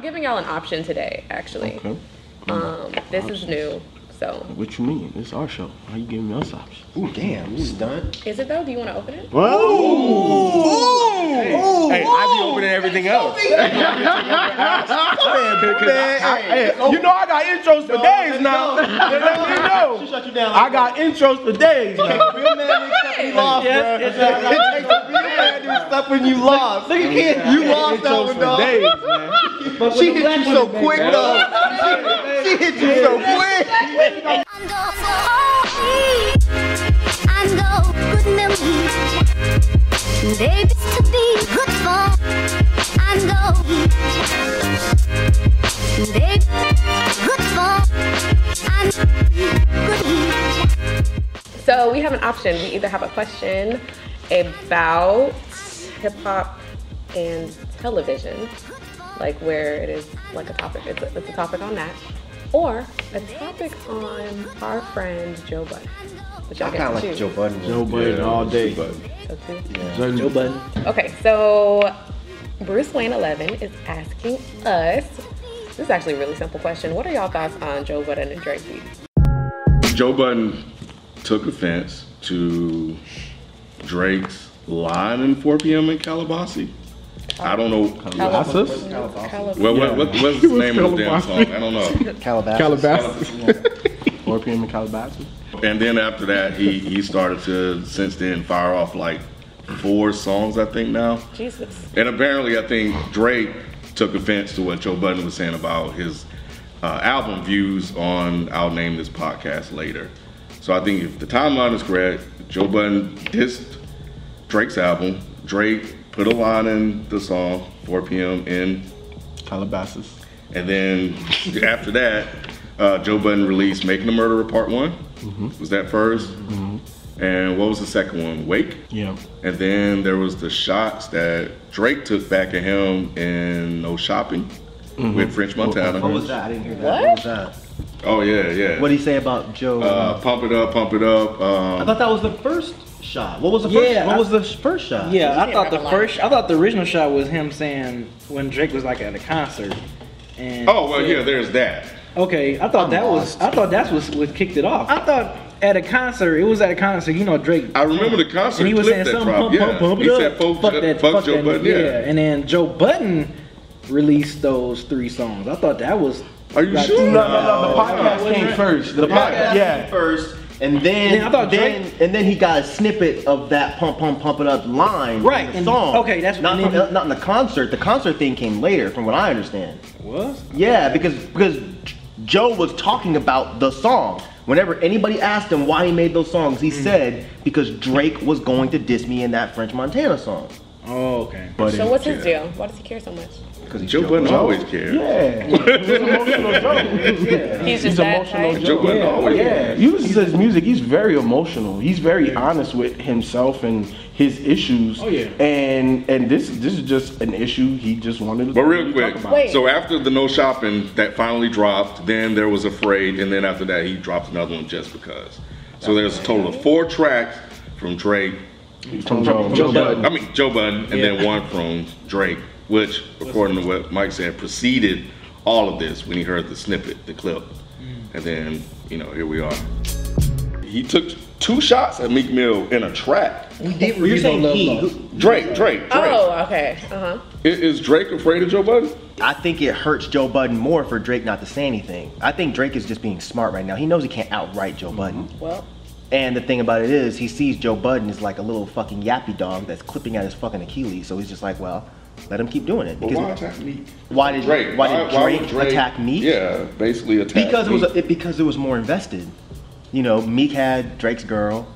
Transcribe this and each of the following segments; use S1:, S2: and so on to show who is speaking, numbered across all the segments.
S1: giving y'all an option today, actually.
S2: Okay.
S1: Um, this is new, so.
S2: What you mean? It's our show. How you giving us options?
S3: Ooh, damn, you stunt.
S1: Is it though? Do you want to open it?
S2: Hey, I be opening everything else. Hey, you know I got intros for days now. They let me
S3: She
S2: know.
S3: shut you down.
S2: I got intros for days now.
S3: Real man accept you lost,
S2: Yes,
S3: bro.
S2: it's a-
S3: It takes a real man to accept when you lost. Look, you can't. You lost that
S2: Intros
S3: one,
S2: for
S3: dog.
S2: days, man.
S3: She hit you so quick, though. She she hit you so quick.
S4: I'm go, I'm go, good memories. Babies to be good for. I'm go, baby, good for. I'm good.
S1: So we have an option. We either have a question about hip hop and television, like where it is like a topic. It's a, it's a topic on that, or a topic on our friend Joe Budden. Which
S3: I
S1: y'all
S3: kind
S1: get
S3: of
S1: to choose.
S3: like Joe Budden. one.
S2: No budget all day.
S1: So two.
S2: Joe Budden.
S1: Okay, so Bruce Wayne 11 is asking us. This is actually a really simple question. What are y'all thoughts on Joe Budden and Drake beef?
S5: Joe Budden took offense to Drake's line in 4 p.m. in Calabasas. I don't know.
S2: Calabasas?
S1: Calabasas.
S5: Well, what, what, what's the name of the damn
S2: Calabasas.
S5: song? I don't know.
S3: Calabasas.
S2: Calabasas. 4 p.m. in Calabasas.
S5: And then after that, he, he started to, since then, fire off like four songs, I think now.
S1: Jesus.
S5: And apparently, I think Drake took offense to what Joe Budden was saying about his uh, album views on I'll Name This Podcast Later. So I think if the timeline is correct, Joe Budden dissed Drake's album. Drake put a line in the song, 4 p.m., in.
S2: Calabasas.
S5: And then after that, uh, Joe Budden released Making a Murderer Part one Was that 1st And what was the second one? Wake?
S2: Yeah.
S5: And then there was the shots that Drake took back at him in No Shopping with French Montana.
S3: What was that? I didn't hear that.
S1: What?
S3: What was that?
S5: Oh yeah, yeah.
S3: What did he say about Joe?
S5: uh, pump it up, pump it up.
S3: I
S5: Um,
S3: thought that was the first shot. What was the first?
S6: Yeah,
S3: what
S6: I-
S3: was the first shot?
S6: Yeah, I
S1: did
S6: thought the
S1: rap a lot.
S6: first, I thought the original shot was him saying when Drake was like at a concert. And
S5: oh well, yeah. There's that.
S6: Okay, I thought that was, I thought that's what what kicked it off. I thought at a concert, it was at a concert. You know, Drake.
S5: I remember the concert
S6: And he was
S5: clip
S6: saying
S5: that
S6: something,
S5: dropped.
S6: pump,
S5: yeah,
S6: pump, pump it
S5: he
S6: up.
S5: said, "Fuck,
S6: fuck
S5: Jo-
S6: that,
S5: fuck, Joe
S6: that,
S5: Budden." Yeah.
S6: And then Joe Budden released those three songs. I thought that was.
S5: Are you
S6: like-
S5: sure?
S2: No, no, no. The podcast came first. The podcast.
S3: yeah.
S2: Yeah.
S3: first, and then
S6: And I thought
S3: then, and then he got a snippet of that pump pump pump it up line
S6: Right,
S3: in
S6: and-
S3: the song.
S6: okay, that's-
S3: not
S6: and
S3: from,
S6: then-
S3: not in the concert. The concert thing came later, from what I understand.
S6: Was?
S3: Yeah, because because Joe was talking about the song. Whenever anybody asked him why he made those songs, he
S5: Mm-hmm.
S3: said because Drake was going to diss me in that French Montana song.
S6: Oh, okay.
S2: Budden.
S1: So what's his
S5: Yeah.
S1: deal? Why does he care so much?
S3: Because
S5: Joe Budden always cared.
S2: Yeah. He's an emotional Joe.
S1: He's just
S2: He's
S1: that
S2: emotional
S1: type.
S2: Joe.
S5: Joe Budden
S2: Yeah,
S5: always
S2: yeah. You listen to his music, he's very emotional. He's very honest with himself and his issues.
S6: Oh, yeah.
S2: And and this this is just an issue he just wanted to
S5: But real
S2: talk
S5: quick,
S2: about.
S1: Wait.
S5: so after the no shopping that finally dropped, then there was Afraid, and then after that he dropped another one just because. So there's a total of four tracks from Drake,
S2: From Joe, Joe Budden.
S5: I mean Joe Budden, and then one from Drake, which, according to what Mike said, preceded all of this when he heard the snippet, the clip,
S3: Mm.
S5: and then you know here we are. He took two shots at Meek Mill in a track.
S3: we did. You're saying he? who-
S5: Drake, Drake, Drake.
S1: Oh, okay. Uh huh.
S5: I- Is Drake afraid of Joe Budden?
S3: I think it hurts Joe Budden more for Drake not to say anything. I think Drake is just being smart right now. He knows he can't outright Joe Budden.
S5: Mm-hmm.
S1: Well,
S3: And the thing about it is, he sees Joe Budden as like a little fucking yappy dog that's clipping at his fucking Achilles. So he's just like, well, let him keep doing it.
S5: But
S3: Because-
S5: why attack Meek?
S3: Why did- why did
S5: would
S3: Drake attack Meek?
S5: Yeah, basically attack.
S3: because it was
S5: Meek.
S3: a, it, because it was more invested. You know, Meek had Drake's girl.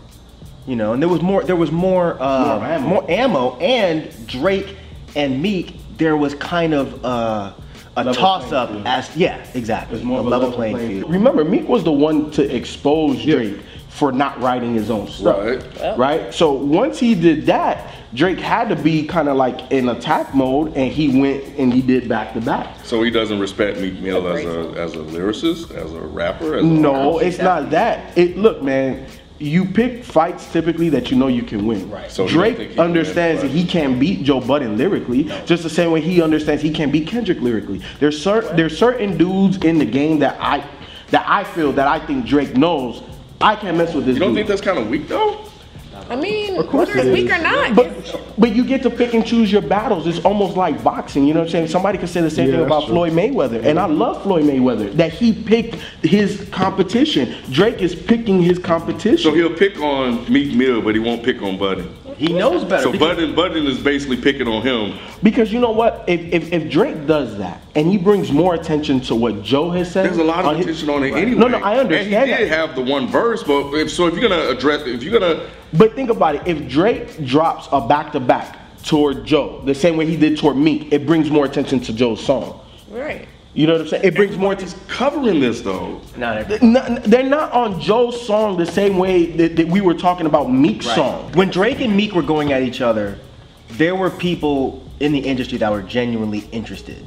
S3: You know, and there was more there was more uh,
S2: More ammo.
S3: more ammo and Drake and Meek there was kind of uh, a
S2: Level
S3: toss up
S2: playing field.
S3: as yeah exactly
S2: It's more
S3: a
S2: of a
S3: level playing field.
S2: Remember, Meek was the one to expose Drake for not writing his own stuff.
S5: Right.
S2: Right? So once he did that, Drake had to be kind of like in attack mode and he went and he did back to back.
S5: So he doesn't respect Meek Mill as a as a lyricist, as a rapper. As a
S2: No, it's not that. It look, man, you pick fights typically that you know you can win. Right.
S5: So
S2: So
S5: you don't think he
S2: Drake
S5: can
S2: understands
S5: win,
S2: that he can't beat Joe Budden lyrically, just the same way he understands he can't beat Kendrick lyrically. There's certain there's certain dudes in the game that I that I feel that I think Drake knows I can't mess with this
S5: You don't
S2: dude.
S5: think that's kind of weak though?
S1: I mean,
S2: Of course
S1: whether it's
S2: it
S1: weak
S2: is.
S1: or not,
S2: But but you get to pick and choose your battles. It's almost like boxing. You know what I'm saying? Somebody could say the same
S7: Yeah,
S2: thing
S7: that's
S2: about
S7: true.
S2: Floyd Mayweather, and I love Floyd Mayweather that he picked his competition. Drake is picking his competition.
S5: So he'll pick on Meek Mill, but he won't pick on Budden.
S3: He knows better.
S5: So
S3: because-
S5: Budden, Budden is basically picking on him.
S2: Because you know what? If, if, if Drake does that and he brings more attention to what Joe has said,
S5: There's a lot
S2: on
S5: of
S2: his-
S5: attention on it anyway.
S2: Uh, No, no, I
S5: And
S2: understand
S5: he did
S2: that.
S5: have the one verse, but if, so if you're gonna address, if you're gonna
S2: But think about it. If Drake drops a back to back toward Joe, the same way he did toward Meek, it brings more attention to Joe's song.
S1: right.
S2: You know what I'm saying? It brings more attention.
S5: he's covering this though.
S3: Not every-
S2: N- They're not on Joe's song the same way that, that we were talking about Meek's song.
S3: When Drake and Meek were going at each other, there were people in the industry that were genuinely interested.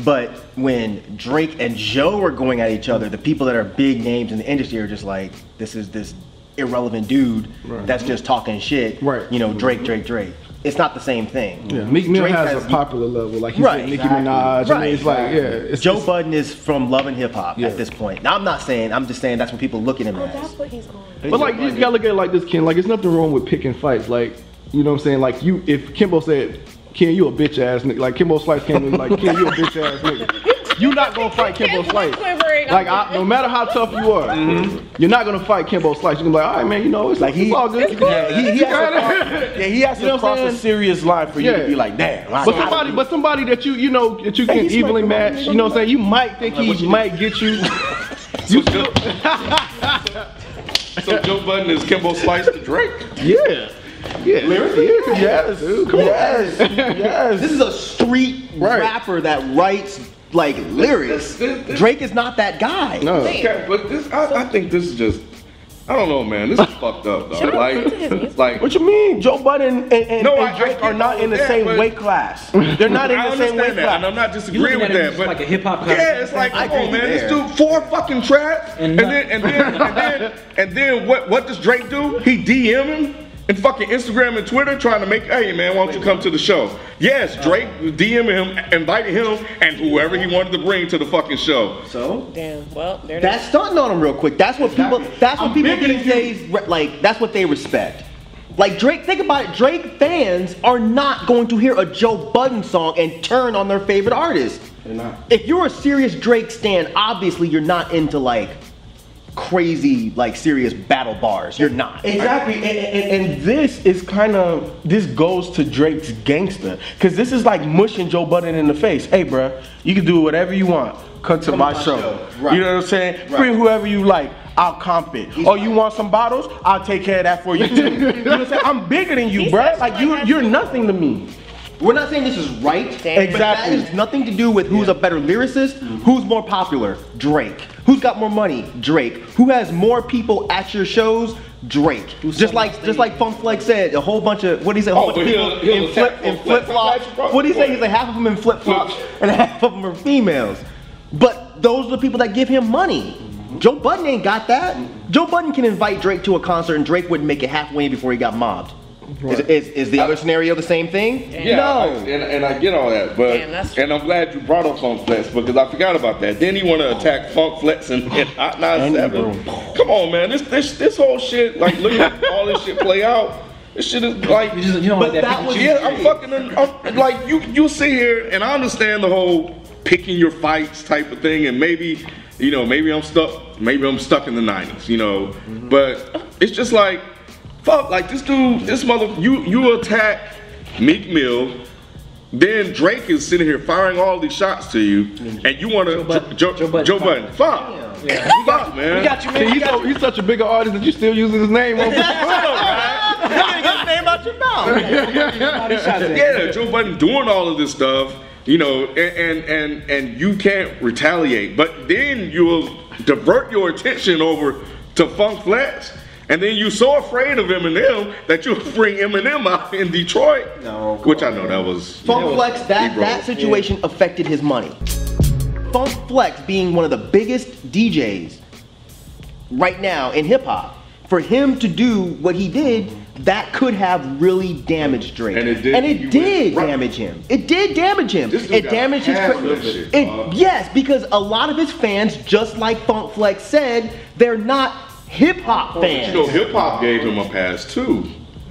S3: But when Drake and Joe were going at each other, the people that are big names in the industry are just like, this is this irrelevant dude that's just talking shit.
S7: Right.
S3: You know, Drake, Drake, Drake. It's not the same thing.
S7: Yeah, Meek Mill
S3: Drake
S7: has,
S3: has-
S7: a popular level, like you
S3: Right,
S7: said, Nicki
S3: exactly.
S7: Minaj. I
S3: Right,
S7: mean, it's like yeah, it's
S3: Joe
S7: it's-
S3: Budden is from Love and Hip Hop
S7: Yeah.
S3: at this point. Now, I'm not saying, I'm just saying that's what people look at him
S1: Oh,
S3: as.
S1: that's what he's on.
S7: But like you gotta look at it like this, Ken. Like it's nothing wrong with picking fights. Like you know what I'm saying. Like you, if Kimbo said, "Ken, you a bitch ass nigga," like Kimbo Slice came in, like "Ken, you a bitch ass nigga." You not gonna fight Kimbo
S1: Ken's
S7: Slice.
S1: quivering.
S7: Like I, no matter how tough you are, you're not gonna fight Kimbo Slice. You're gonna be like, all right, man, you know it's like it's all good.
S2: Yeah, he, he has to cross, yeah, he has
S7: You know
S2: to
S7: what
S2: cross
S7: I'm
S2: a
S7: saying?
S2: serious line for you to
S7: Yeah.
S2: be like, damn. I
S7: But
S2: gotta
S7: somebody, but somebody that you you know that you
S2: Hey,
S7: can
S2: he's
S7: evenly
S2: like,
S7: match. You know what I'm saying. You might think
S3: what
S7: he
S3: you
S7: might get you.
S5: So, Joe, so Joe Budden is Kimbo Slice to Drake.
S7: Yeah. Yeah. Yeah.
S2: Yes, yes, yes.
S3: This is a street
S7: Right.
S3: rapper that writes like lyrics. Drake is not that guy.
S7: No.
S5: Okay, but this, I, I think this is just, I don't know, man. This is fucked up, though.
S1: Shout out to his
S5: Like,
S1: music.
S5: like
S2: What you mean? Joe Budden and, and,
S5: No, I-
S2: and
S5: I
S2: Drake
S5: get
S2: are not in the
S5: that,
S2: same
S5: but-
S2: weight class. They're not in
S5: I
S2: the same weight
S5: understand that, and
S2: class.
S5: I'm not disagreeing
S6: looking
S5: with
S6: at it
S5: that,
S6: as
S5: but
S6: like a hip-hop concert.
S5: Yeah, it's like,
S3: I
S5: come on,
S3: agree
S5: man, this
S3: there.
S5: dude four fucking tracks, and,
S6: And
S5: then and then and then and then what? What does Drake do? He DM him. And fucking Instagram and Twitter trying to make, hey man, why don't you come to the show? Yes, Drake DM him, invited him, and whoever he wanted to bring to the fucking show.
S3: So
S1: Damn. Well, there it is.
S3: that's stunting on him real quick. That's what people. That's what
S5: I'm
S3: people
S5: bigger than
S3: these days re- like. That's what they respect. Like Drake, think about it. Drake fans are not going to hear a Joe Budden song and turn on their favorite artist. They're
S2: not.
S3: If you're a serious Drake stan, obviously you're not into like crazy, like serious battle bars. You're not.
S2: Exactly, and, and, and this is kind of this goes to Drake's gangster because this is like mushing Joe Budden in the face. Hey, bruh, you can do whatever you want. Come to my, show.
S3: Right.
S2: You know what I'm saying? Bring whoever you like. I'll comp it. oh, you want some bottles? I'll take care of that for you too. you know what I'm saying? I'm bigger than you,
S1: He
S2: bruh.
S1: says
S2: Like
S1: like
S2: you,
S1: that.
S2: you're nothing to me.
S3: We're not saying this is right.
S1: Damn.
S3: But that
S2: Exactly.
S3: has nothing to do with who's a better lyricist, who's more popular, Drake. Who's got more money, Drake. Who has more people at your shows, Drake. just like just like Funk Flex said, a whole bunch of what do you say? A whole
S5: Oh,
S3: bunch of
S5: but
S3: people
S5: he'll- he'll
S3: in
S5: attack
S3: flip
S5: Funk
S3: in
S5: Flex.
S3: flip flops.
S5: That's right.
S3: What do you say? He's like half of them in flip flops and half of them are females. But those are the people that give him money. Joe Budden ain't got that. Joe Budden can invite Drake to a concert and Drake wouldn't make it halfway before he got mobbed. Is, is, is the other scenario the same thing?
S5: Yeah,
S3: no.
S5: I- and, and I get all that, but
S1: Damn, that's-
S5: and I'm glad you brought up Funk Flex because I forgot about that. Then he want to attack Funk Flex and, and Hot 97. Come on, man, this this this whole shit, like look at all this shit play out. This shit is like,
S6: You just- you don't
S3: But
S6: like that.
S3: that
S6: pick and
S3: was-
S6: choose.
S5: yeah, I'm fucking, I'm, like you you sit here and I understand the whole picking your fights type of thing, and maybe you know maybe I'm stuck, maybe I'm stuck in the '90s, you know,
S6: Mm-hmm.
S5: but it's just like fuck, like this dude, this mother, you you attack Meek Mill. Then Drake is sitting here firing all these shots to you, and you want to Joe,
S6: Mm-hmm. Joe
S5: Joe,
S6: Budden.
S5: Joe Budden. Fuck, fuck, man.
S6: We got you,
S7: See,
S6: man. We
S7: he's,
S6: got
S7: so, he's such a bigger artist that you still using his name. On
S6: you. Shots at.
S5: Yeah, Joe Budden doing all of this stuff, you know, and and and, and you can't retaliate. But then you'll divert your attention over to Funk Flex, and then you're so afraid of Eminem that you bring Eminem out in Detroit.
S3: No, come
S5: which I know that was
S3: Funk Flex, that,
S5: Negro.
S3: that situation affected his money. Funk Flex being one of the biggest DJs right now in hip hop for him to do what he did, that could have really damaged Drake.
S5: And it did.
S3: And
S5: You
S3: it
S5: went-
S3: did
S5: right.
S3: damage him. It did damage him.
S5: This dude
S3: It
S5: got
S3: damaged his.
S5: half
S3: cre-
S5: of that shit,
S3: it-
S5: dog.
S3: yes, because a lot of his fans, just like Funk Flex said, they're not hip hop
S5: You
S3: fans.
S5: know, hip hop gave him a pass too.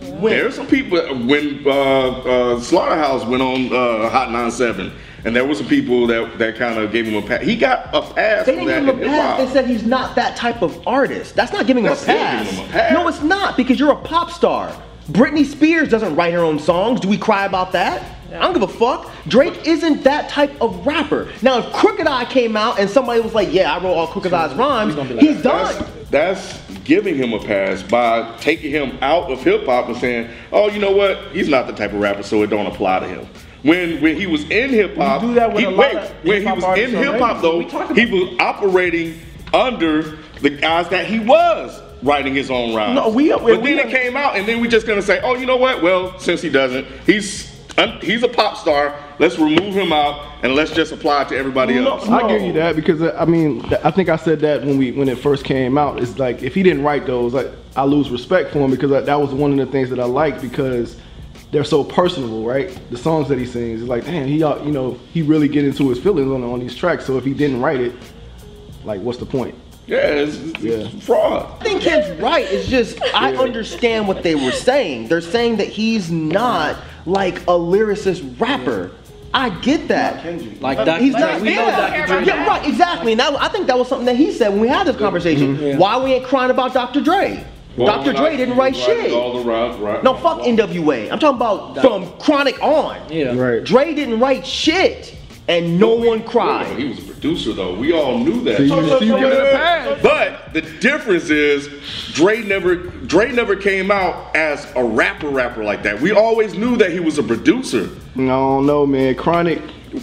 S3: When-
S5: There are some people when uh, uh, Slaughterhouse went on uh, Hot 97, and there were some people that, that kind of gave him a pass. He got a pass.
S3: They didn't
S5: for that
S3: give him a
S5: in
S3: pass. They
S5: hip-hop.
S3: said he's not that type of artist. That's not giving him,
S5: That's
S3: a
S5: still giving
S3: pass.
S5: him a pass.
S3: No, it's not because you're a pop star. Britney Spears doesn't write her own songs. Do we cry about that? I don't give a fuck. Drake isn't that type of rapper. Now, if Crooked Eye came out and somebody was like, "Yeah, I wrote all Crooked Eye's rhymes," he's done.
S5: That's, that's giving him a pass by taking him out of hip hop and saying, "Oh, you know what? He's not the type of rapper, so it don't apply to him." When when he was in hip hop,
S7: We do that with
S5: he,
S7: a lot
S5: wait,
S7: of
S5: when he
S7: hip-hop
S5: was in
S7: artists
S5: hip hop
S7: already.
S5: though,
S7: We talked
S5: he
S7: about
S5: was operating under the guys that he was writing his own rhymes.
S2: No, we-
S5: but
S2: we-
S5: then
S2: we-
S5: it came out, and then we just gonna say, "Oh, you know what? Well, since he doesn't, he's." un- He's a pop star. Let's remove him out and let's just apply it to everybody
S2: No,
S5: else.
S7: I give you that because uh, I mean th- I think I said that when we when it first came out. It's like if he didn't write those, like I lose respect for him because I, that was one of the things that I liked because they're so personable, right? The songs that he sings, it's like damn, he ought- you know he really get into his feelings on on these tracks. So if he didn't write it, like what's the point?
S5: Yeah, it's, it's
S7: Yeah.
S5: fraud.
S3: I think Ken's right. It's just I understand what they were saying. They're saying that he's not like a lyricist rapper. I get that.
S6: Like Dr.
S3: He's
S6: Dre,
S3: not
S6: we know
S3: yeah.
S6: Dr. Dre.
S3: Yeah, right, exactly. And that, I think that was something that he said when we had this conversation. Why we ain't crying about Dr. Dre? Dr. Dre didn't write shit.
S5: All the rhymes, right?
S3: No, fuck NWA. I'm talking about from Chronic on.
S6: Yeah.
S7: Right.
S3: Dre didn't write shit, and no one cried.
S5: He was a producer, though. We all knew that.
S7: So you- so you give it a pass.
S5: But the difference is, Dre never, Dre never came out as a rapper, rapper like that. We always knew that he was a producer.
S7: No, no, man. Chronic.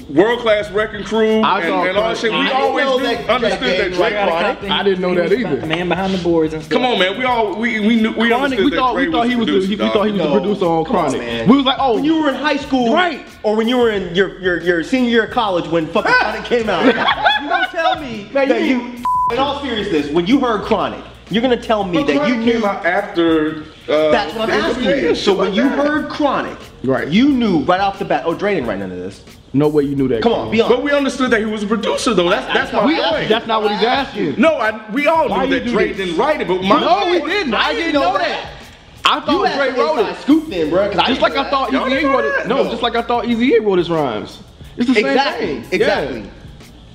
S5: World class wrecking crew
S7: I
S5: and,
S7: thought
S5: and all that shit. We
S3: I didn't
S5: always
S3: know
S5: knew,
S3: that Dre
S5: understood
S3: gave
S5: that Dre.
S6: Got a
S5: Chronic.
S6: cop in-
S7: I didn't know
S6: he
S7: that
S6: was
S7: either.
S6: the Man behind the boards and stuff.
S5: Come on, man. We all we we knew we
S7: Chronic.
S5: understood
S7: We
S5: that
S7: thought
S5: Dre
S7: we thought
S5: was
S7: he was the,
S5: producer,
S7: he, we
S5: dog.
S7: thought he was the
S3: No.
S7: producer on
S3: Come on,
S7: Chronic.
S3: man.
S7: we was like, oh,
S3: when you were in high school,
S7: Right.
S3: Or when you were in your your, your senior year of college when fucking Chronic came out. You don't tell me
S7: Man,
S3: that
S7: you-
S3: you. In all seriousness, when you heard Chronic, you're gonna tell me that you
S5: Chronic
S3: knew.
S5: came out after. Uh,
S3: That's what I'm asking you. So when you heard Chronic,
S7: Right.
S3: You knew right off the bat. Oh, Dre didn't write none of this.
S7: no way you knew that.
S3: Come on, be honest.
S5: But we understood that he was a producer, though. That's that's my
S7: We,
S5: point.
S7: that's not what he's asking.
S5: No, I, we all
S7: Why
S5: knew
S7: you
S5: that
S7: do
S5: Dre
S7: this?
S5: didn't write it, but my
S7: No, we didn't. I, didn't know that. I
S3: You
S7: thought Dre wrote it.
S3: Scoop then, bro.
S7: Just like I thought
S5: Y'all
S7: Eazy-E
S5: didn't
S7: wrote
S5: know
S7: it.
S5: that?
S7: No,
S5: No.
S7: just like I thought Eazy-E wrote his rhymes. It's the same
S3: Exactly.
S7: thing.
S3: Exactly.
S7: Yeah.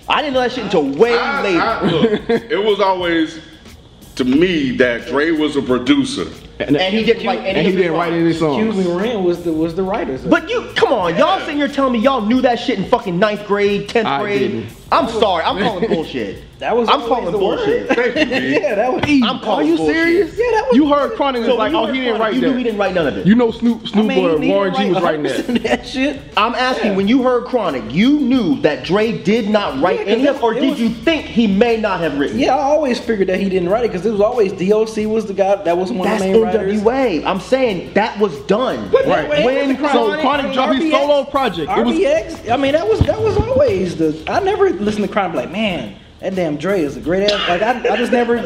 S3: I didn't know that shit until way
S5: I-
S3: later.
S5: I- look, it was always to me that Dre was a producer.
S3: and he didn't write any
S7: And
S3: of
S7: he
S3: his
S7: didn't write
S3: rhymes.
S7: any
S6: Hugh
S7: songs.
S6: Moran was the was the writers. of-
S3: But you, come on, y'all sitting here telling me y'all knew that shit in fucking ninth grade, tenth
S7: I
S3: grade.
S7: didn't.
S3: I'm sorry, I'm calling bullshit.
S6: That was
S3: I'm
S6: always
S3: calling
S6: the word.
S3: bullshit.
S5: Thank you, B.
S6: yeah, that was.
S3: I'm calling
S7: Are you
S3: bullshit.
S7: serious?
S6: Yeah, that was-
S7: You heard Chronic was
S3: So
S7: like,
S3: you
S7: oh,
S3: were
S7: he didn't
S3: funny,
S7: write
S3: you
S7: that.
S3: knew he didn't write none of it.
S7: You know Snoop, Snoop,
S6: he
S7: or
S6: didn't
S7: Warren G
S6: write
S7: was writing that.
S6: 100% that shit.
S3: I'm asking, when you heard Chronic, you knew that Dre did not write
S6: Yeah, 'cause
S3: any of,
S6: it-
S3: or
S6: it
S3: did
S6: was-
S3: you think he may not have written? it?
S6: Yeah, I always figured that he didn't write it because it was always DOC was the guy that was one
S3: That's
S6: of the main writers.
S3: NWA. I'm saying that was done.
S6: Right.
S3: When,
S7: So Chronic dropped his
S6: RBX.
S7: solo project. It was
S6: RBX. I mean, that was that was always the. I never listened to Chronic like, man, that damn Dre is a great ass. Like I, I just never.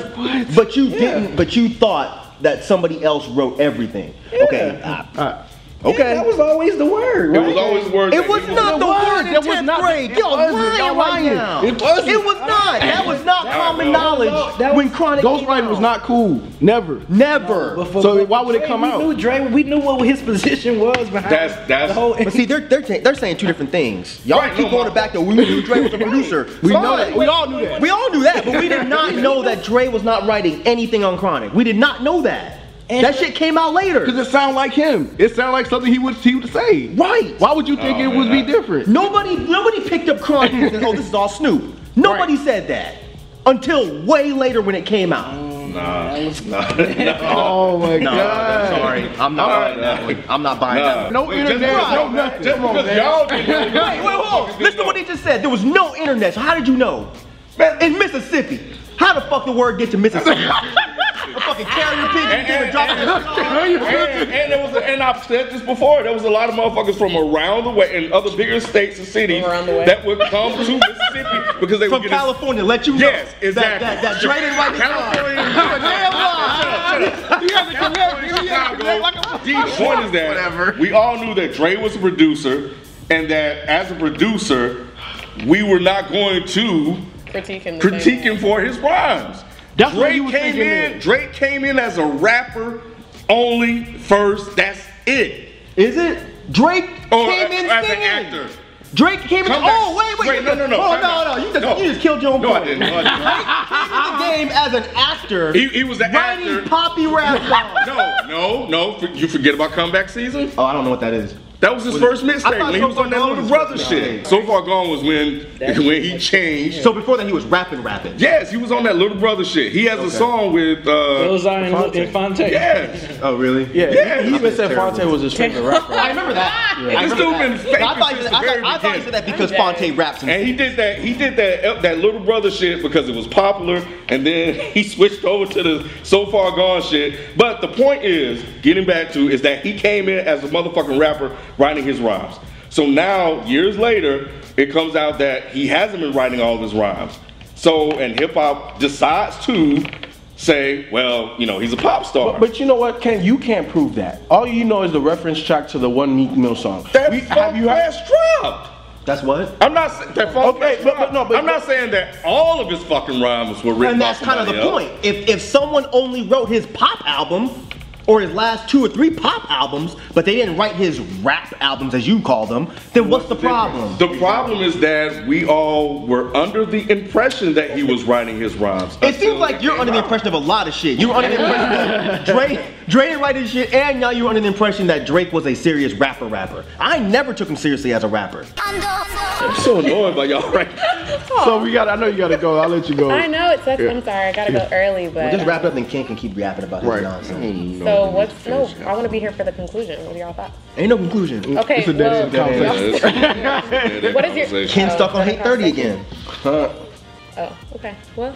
S3: but you
S6: Yeah.
S3: didn't. But you thought that somebody else wrote everything. Okay.
S6: Yeah.
S3: I-
S7: uh,
S3: Okay.
S6: Yeah, that was always the word.
S5: It
S6: Right?
S5: was always words. that
S3: It
S5: he
S3: was not the word in
S7: That was
S3: 10th
S7: not-
S3: grade.
S7: it
S3: Y'all
S7: wasn't.
S3: lying
S7: Y'all
S3: right
S7: lying.
S3: now.
S7: It wasn't.
S3: It was not. That was not
S5: That
S3: common
S5: was-
S3: knowledge
S6: that
S3: when
S6: was-
S3: Chronic came
S7: Ghostwriting was
S3: out.
S7: not cool. Never.
S3: Never.
S6: But for-
S7: So
S6: but
S7: why would it
S6: Dre,
S7: come
S6: we
S7: out?
S6: Knew Dre, we knew what his position was behind
S5: That's- that's-
S6: the whole.
S3: But see, they're they're, ta- they're saying two different things. Y'all all
S5: Right,
S3: keep
S5: no,
S3: going
S5: my-
S3: back to we knew Dre was a producer.
S7: We
S3: Fine.
S7: know that. We all knew that.
S3: We all knew that, but we did not know that Dre was not writing anything on Chronic. We did not know that.
S6: And-
S3: that shit came out
S7: Because
S3: later.
S7: it sounded like him. It sounded like something he would he would say.
S3: Right.
S7: Why would you think
S5: Oh,
S7: it would
S5: man,
S7: be
S5: I-
S7: different?
S3: Nobody nobody picked up Chronic and said, "Oh, this is all Snoop." Nobody said that until way later when it came out.
S5: Nah, nah, nah.
S7: Oh my
S3: No,
S7: god.
S3: I'm sorry. I'm not buying that one. I'm not buying that
S5: Nah.
S3: one.
S7: No
S5: Wait,
S7: internet,
S5: just-
S7: no nothing.
S5: Just
S7: Come on,
S5: because
S7: man.
S5: y'all didn't know-
S3: Wait, wait, hold on. Listen to what he just said. There was no internet, so how did you know? Man, in Mississippi. How the fuck the word get to Mississippi? a fucking carrier pigeon
S5: And-
S3: came and
S5: and-
S3: dropped
S5: and-
S3: it.
S5: and, and there was, a, and I've said this before. There was a lot of motherfuckers from around the way and other bigger states and cities
S1: Around the way.
S5: that would come to Mississippi because they
S3: From
S5: would get a-
S3: California, let you know.
S5: Yes, exactly.
S3: That, that, that Dre didn't write the song.
S5: California.
S3: Damn lie.
S5: You have to connect. You have to connect like a The point is that
S3: Whatever.
S5: we all knew that Dre was a producer, and that as a producer, we were not going to
S1: Critique him. the same
S5: critique
S1: way.
S5: him for his rhymes.
S2: That's what
S5: Drake
S2: you was
S5: came
S2: thinking
S5: in.
S2: then.
S5: Drake came in as a rapper only first. That's it.
S2: Is it? Drake
S5: Or
S2: came in
S5: as
S2: singing.
S5: an actor.
S2: Drake came in.
S5: Come back.
S2: Oh wait, wait,
S5: Wait, no, no, no.
S2: Oh
S5: Time
S2: no,
S5: out.
S2: no. You just,
S5: No.
S2: you just killed your own
S5: No, I
S2: point.
S5: didn't. No, I
S2: Came in
S5: didn't.
S2: the game as an actor.
S5: He, he was the
S2: writing
S5: actor.
S2: poppy rap songs.
S5: No, no, no. For- You forget about comeback season?
S2: Oh, I don't know what that is.
S5: That was his first
S2: I thought
S5: mixtape when he
S2: So
S5: was
S2: Far
S5: on that
S2: Gone
S5: little
S2: was-
S5: brother
S2: no.
S5: shit. So far gone was when when he changed.
S2: So before that, he was rapping, rapping.
S5: Yes, he was on that little brother shit. He has a song with uh
S6: Those are in, in Fontaine.
S5: Yes.
S3: Oh, really?
S2: Yeah,
S5: Yeah.
S2: he even said Fonte was his favorite rapper. I remember that. I
S5: This
S2: remember
S5: dude
S2: that.
S5: been fake
S3: I thought, he,
S5: since the
S3: I, thought, I
S5: very
S3: thought he
S5: beginning.
S3: said that because Fontaine raps and
S5: And he did that. He did that. That little brother shit because it was popular, and then he switched over to the so far gone shit. But the point is, getting back to is that he came in as a motherfucking rapper writing his rhymes. So now, years later, it comes out that he hasn't been writing all of his rhymes. So, and hip hop decides to say, well, you know, he's a pop star.
S2: But you know what, Ken? You can't prove that. All you know is the reference track to the one Meek Mill song.
S5: that
S2: We-
S5: funk
S2: you heard-
S5: ass dropped.
S3: That's what?
S5: I'm not sa- that funk
S2: Okay,
S5: ass
S2: but- but
S5: dropped.
S2: no, but-
S5: I'm not saying that all of his fucking rhymes were written.
S3: And
S5: by
S3: that's kind of the
S5: somebody else.
S3: point. If if someone only wrote his pop album or his last two or three pop albums, but they didn't write his rap albums as you call them, then what's, the, problem?
S5: The problem is that we all were under the impression that he was writing his rhymes.
S3: It seems like you're under the impression of a lot of shit. You were under the impression that Dre, Dre didn't write his shit, and now you're under the impression that Drake was a serious rapper rapper. I never took him seriously as a rapper.
S5: I'm so annoyed by y'all right
S7: So we got. I know you got to go. I'll let you go.
S1: I know it's. That's, I'm sorry. I gotta go early, but.
S3: Just wrap it up and Ken can keep rapping about his
S7: Right.
S3: nonsense.
S1: so what's no? I want to be here for the conclusion. What are y'all thoughts?
S3: Ain't no conclusion.
S1: Okay.
S7: It's a dead
S1: well,
S7: end conversation.
S5: now.
S1: What is your-
S5: Conversation.
S3: Ken stuck on
S1: Okay.
S3: hate 30 again.
S1: Oh, okay. Well,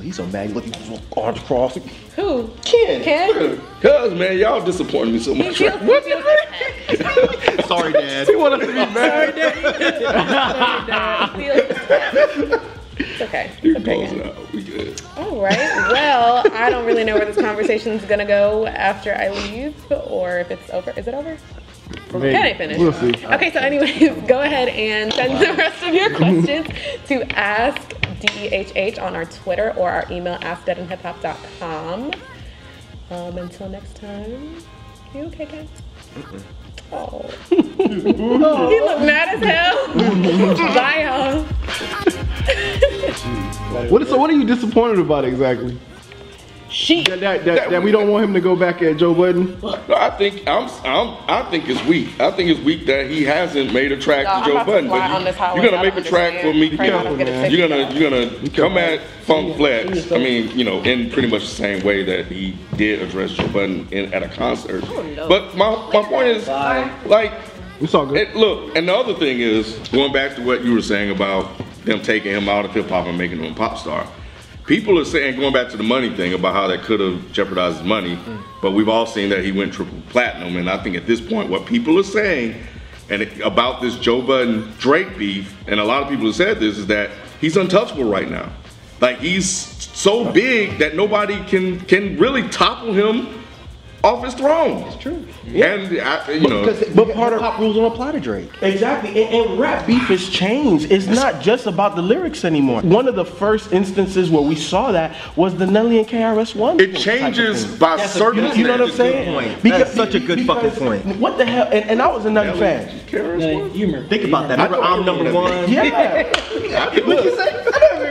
S3: He's so mad. He looked
S2: Arms crossed.
S1: who?
S3: Ken.
S1: Ken?
S5: Cause man, y'all disappointing me so
S1: You
S5: much.
S1: feel-
S5: right?
S1: you feel attacked.
S3: Sorry, Dad.
S1: You feel attacked. It's okay. It's
S5: You
S1: okay.
S5: close it out. We good.
S1: All right. Well, I don't really know where this conversation's gonna go after I leave, or if it's over. Is it over?
S7: Maybe.
S1: Can I finish?
S7: We'll see.
S1: Okay, so anyways, go ahead and send the rest of your questions to ask DEHH on our Twitter or our email askdeadandhiphop.com. Um, until next time, you okay, guys? Oh. he looked mad as hell. Bye, y'all.
S7: What, so what are you disappointed about exactly?
S1: She.
S7: That, that, that, that we don't want him to go back at Joe Budden.
S5: No, I think I'm, I'm. I think it's weak. I think it's weak that he hasn't made a track
S1: No, I'm
S5: to Joe
S1: about to
S5: Budden.
S1: fly
S5: But
S1: on this highway.
S5: you're
S1: I
S5: gonna make
S1: don't
S5: a track for
S1: understand.
S5: me. You're
S1: Pray I don't get a
S5: gonna,
S1: ticket
S5: you're gonna,
S1: out.
S5: you're gonna come at Funk Flex. I mean, you know, in pretty much the same way that he did address Joe Budden in, at a concert.
S1: Oh,
S5: But my my point is, like,
S7: It's all good.
S5: and look, and the other thing is, going back to what you were saying about them taking him out of hip hop and making him a pop star. People are saying, going back to the money thing about how that could have jeopardized his money, but we've all seen that he went triple platinum. And I think at this point, what people are saying and it- about this Joe Budden Drake beef, and a lot of people have said this, is that he's untouchable right now. Like he's so big that nobody can can really topple him off his throne. It's true. And I, you know,
S2: Because, but part of
S3: pop rules don't apply to Drake.
S2: Exactly, and, and rap beef has changed. It's not just about the lyrics anymore. One of the first instances where we saw that was the Nelly and KRS One.
S5: It changes by certain.
S2: You know what I'm saying?
S3: point. That's
S2: Because-
S3: such a good
S2: because
S3: fucking point.
S2: What the hell? And, and I was another fan.
S5: fan.
S6: Like, humor.
S3: Think about that. Remember, I'm number one.
S2: Yeah.
S5: What you say?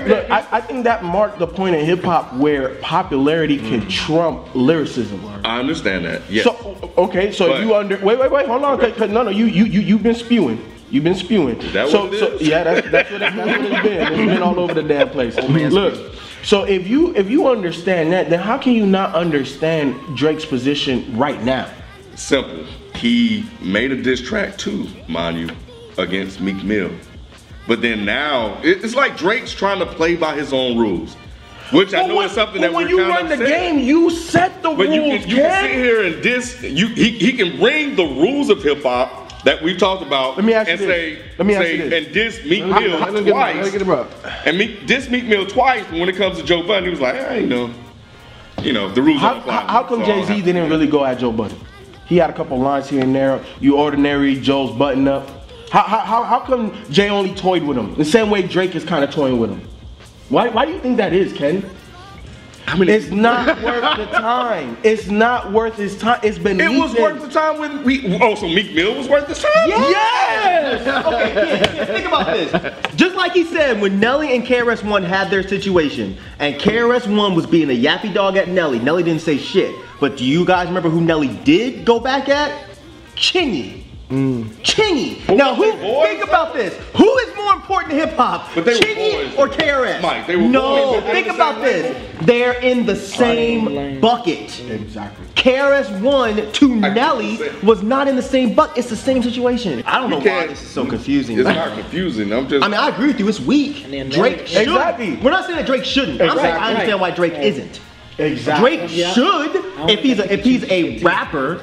S2: Look, I, I think that marked the point in hip hop where popularity can trump lyricism.
S5: I understand that. Yes.
S2: So okay, so
S5: But-
S2: if you under wait wait wait hold on, 'cause- 'cause no no you you you you've been spewing. You've been spewing.
S5: that
S2: so,
S5: what it
S2: so
S5: is?
S2: yeah, that's, that's, what it, that's what it's been. It's been all over the damn place. Look, so if you if you understand that, then how can you not understand Drake's position right now?
S5: Simple. He made a diss track too, mind you, against Meek Mill. But then now it- it's like Drake's trying to play by his own rules, which I
S2: But
S5: know
S2: when-
S5: is something
S2: but
S5: that
S2: when
S5: we're
S2: you
S5: kinda
S2: run the
S5: upset.
S2: game, you set the
S5: But you
S2: rules.
S5: can, you can
S2: Kev.
S5: sit here and diss. You he, he can bring the rules of hip hop that we talked about
S2: Let me ask you
S5: and
S2: this.
S5: say
S2: Let me ask
S5: say
S2: you this.
S5: and diss Meek
S7: Let him-
S5: Mill
S7: let him get him- let him
S5: twice.
S7: get him up.
S5: and Meek, diss Meek Mill twice. But when it comes to Joe Budden, he was like, I ain't know. you know, the rules
S2: How,
S5: don't apply.
S2: how, how come
S5: So I
S2: Jay
S5: don't
S2: Z
S5: have to-
S2: didn't really go at Joe Budden? He had a couple lines here and there. You ordinary, Joe's button up. How, how, how, how come Jay only toyed with him? The same way Drake is kind of toying with him. Why, why do you think that is, Ken?
S5: I mean,
S2: It's not worth the time. It's not worth his time. It's been
S5: It was worth the time when we. Oh, so Meek Mill was worth the time.
S2: Yes!
S3: Think about this. Just like he said, when Nelly and KRS-One had their situation, and KRS-One was being a yappy dog at Nelly, Nelly didn't say shit. But do you guys remember who Nelly did go back at? Chingy. Chingy. now, who?
S5: Mm. boys?
S3: Think about this. Who is more important to hip hop,
S5: But they were
S3: Chingy
S5: boys.
S3: or KRS?
S5: Mike, they were boys,
S3: no.
S5: but they
S3: think
S5: were the
S3: about
S5: same
S3: this. They're in the same bucket.
S2: Exactly.
S3: KRS-One to
S5: I
S3: Nelly
S5: can't say-
S3: was not in the same bucket. It's the same situation. I don't
S5: You
S3: know why
S5: can't-
S3: this is so confusing.
S5: It's not confusing. I'm just.
S3: I mean, I agree with you. It's weak.
S6: And then
S3: Drake
S6: Nelly-
S3: should.
S2: Exactly.
S3: We're not saying that Drake shouldn't. I'm saying I
S6: Exactly.
S3: understand why Drake isn't.
S2: Exactly.
S3: Drake
S6: Yeah.
S3: should if he's a, if he's a rapper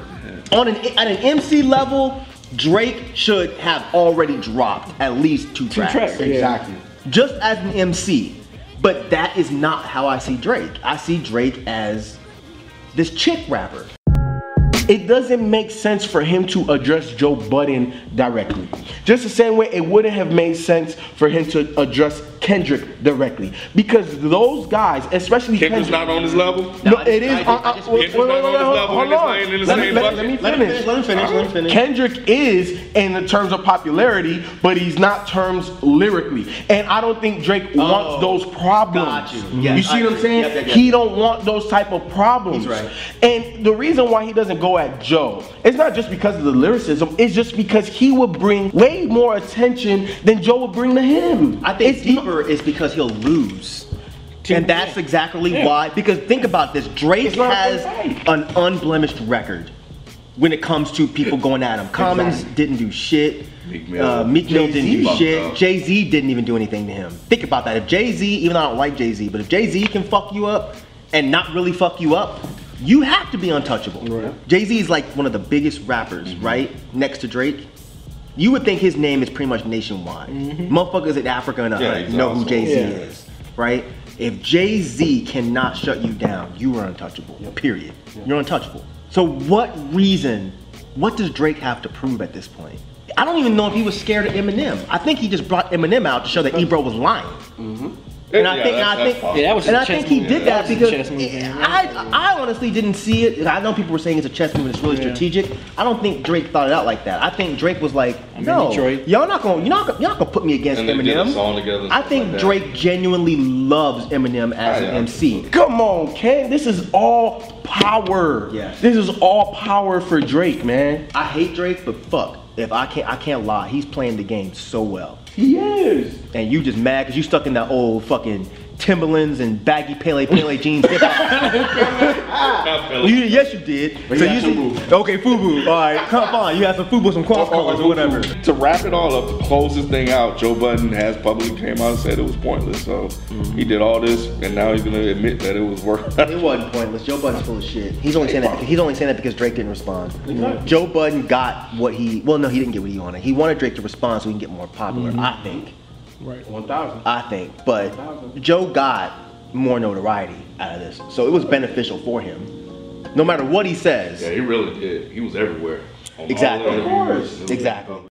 S3: on an at an MC level. Drake should have already dropped at least two tracks,
S6: tracks, yeah.
S2: Exactly.
S3: just as an MC. But that is not how I see Drake. I see Drake as this chick rapper.
S2: it doesn't make sense for him to address Joe Budden directly. Just the same way it wouldn't have made sense for him to address Kendrick directly. Because those guys, especially
S5: Kendrick's
S2: Kendrick.
S5: not on his level.
S2: no,
S3: I just-
S2: it is.
S3: I just-
S2: uh, uh,
S3: I just-
S2: wait,
S5: Kendrick's
S2: wait, wait,
S5: not on
S2: wait,
S5: his
S2: hold-
S5: level
S2: hold
S5: and it's
S2: on.
S5: not in
S2: Let
S5: the
S2: me-
S5: same
S2: let me-
S5: bucket.
S2: Let me finish.
S3: Let him finish. Let him finish.
S2: Kendrick is in terms of popularity, but he's not terms lyrically. And I don't think Drake wants those problems.
S3: Oh, got you. Yes,
S2: see
S3: I
S2: what I'm
S3: agree.
S2: saying?
S3: Yep, yep, yep.
S2: He don't want those type of problems.
S3: He's right.
S2: And the reason why he doesn't go at Joe, it's not just because of the lyricism, it's just because he would bring way more attention than Joe would bring to him.
S3: I think
S2: it's
S3: deeper is because he'll lose. And that's exactly why. Because think about this Drake
S2: It's not
S3: has
S2: a good fight.
S3: an unblemished record when it comes to people going at him. Commons
S2: Exactly.
S3: didn't do shit.
S5: Meek Mill.
S3: Uh, Meek Mill didn't
S2: Jay-Z
S3: do
S5: fucked
S3: shit.
S5: up.
S3: Jay Z didn't even do anything to him. Think about that. If Jay Z, even though I don't like Jay Z, but if Jay Z can fuck you up and not really fuck you up, you have to be untouchable. Jay Z is like one of the biggest rappers,
S5: Mm-hmm.
S3: right? Next to Drake. You would think his name is pretty much nationwide. Motherfuckers in Africa and
S5: Yeah,
S3: yeah,
S5: he's
S3: know who
S5: awesome.
S3: Jay Z
S6: Mm-hmm. Yeah.
S3: is, right? If Jay Z cannot shut you down, you are untouchable. Period. You're untouchable. So what reason? What does Drake have to prove at this point? I don't even know if he was scared of Eminem. I think he just brought Eminem out to show that Ebro was lying. And I
S5: Yeah,
S3: think,
S5: that's-
S3: I
S5: that's
S3: think,
S5: fine.
S6: Mm-hmm. Yeah, that was
S3: and
S6: just
S3: I
S6: a chess
S3: think he
S6: move.
S3: did
S6: That
S3: that
S6: was just a
S3: because
S6: chess move, man.
S3: I, I honestly didn't see it. I know people were saying it's a chess move and it's really strategic. I don't think Drake thought it out like that. I think Drake was like,
S6: I'm in
S3: no,
S6: Detroit.
S3: y'all not gonna, you're not, gonna- y'all not gonna put me against
S5: And they did a
S3: Eminem.
S5: song together and
S3: I
S5: stuff
S3: think
S5: like that.
S3: Drake genuinely loves Eminem as
S5: Yeah.
S3: an MC.
S2: Come on, Ken. This is all power.
S3: Yeah.
S2: This is all power for Drake, man.
S3: I hate Drake, but fuck, if I can't, I can't lie. He's playing the game so well,
S2: He is.
S3: and you just mad because you stuck in that old fucking Timberlands and baggy Pele Pele jeans. hip hop.
S5: Not Philly.
S3: Oh, You, yes, you did.
S5: But he had FUBU.
S3: okay, FUBU. All right, come on. You have some FUBU, some cross colors, or whatever.
S5: Oh, To wrap it all up, to close this thing out, Joe Budden has publicly came out and said it was pointless. So he did all this, and now he's gonna admit that it was worth.
S3: It wasn't pointless. Joe Budden's full of shit. He's only saying that. He's only saying that because Drake didn't respond. Joe Budden got what he. Well, no, he didn't get what he wanted. He wanted Drake to respond so he can get more popular. I think.
S2: One thousand.
S3: I think. But Joe got more notoriety out of this, so it was beneficial for him. No matter what he says.
S5: yeah, he really did. He was everywhere. On all
S3: Exactly.
S5: the
S3: Of
S5: interviews. um,
S3: course. Exactly.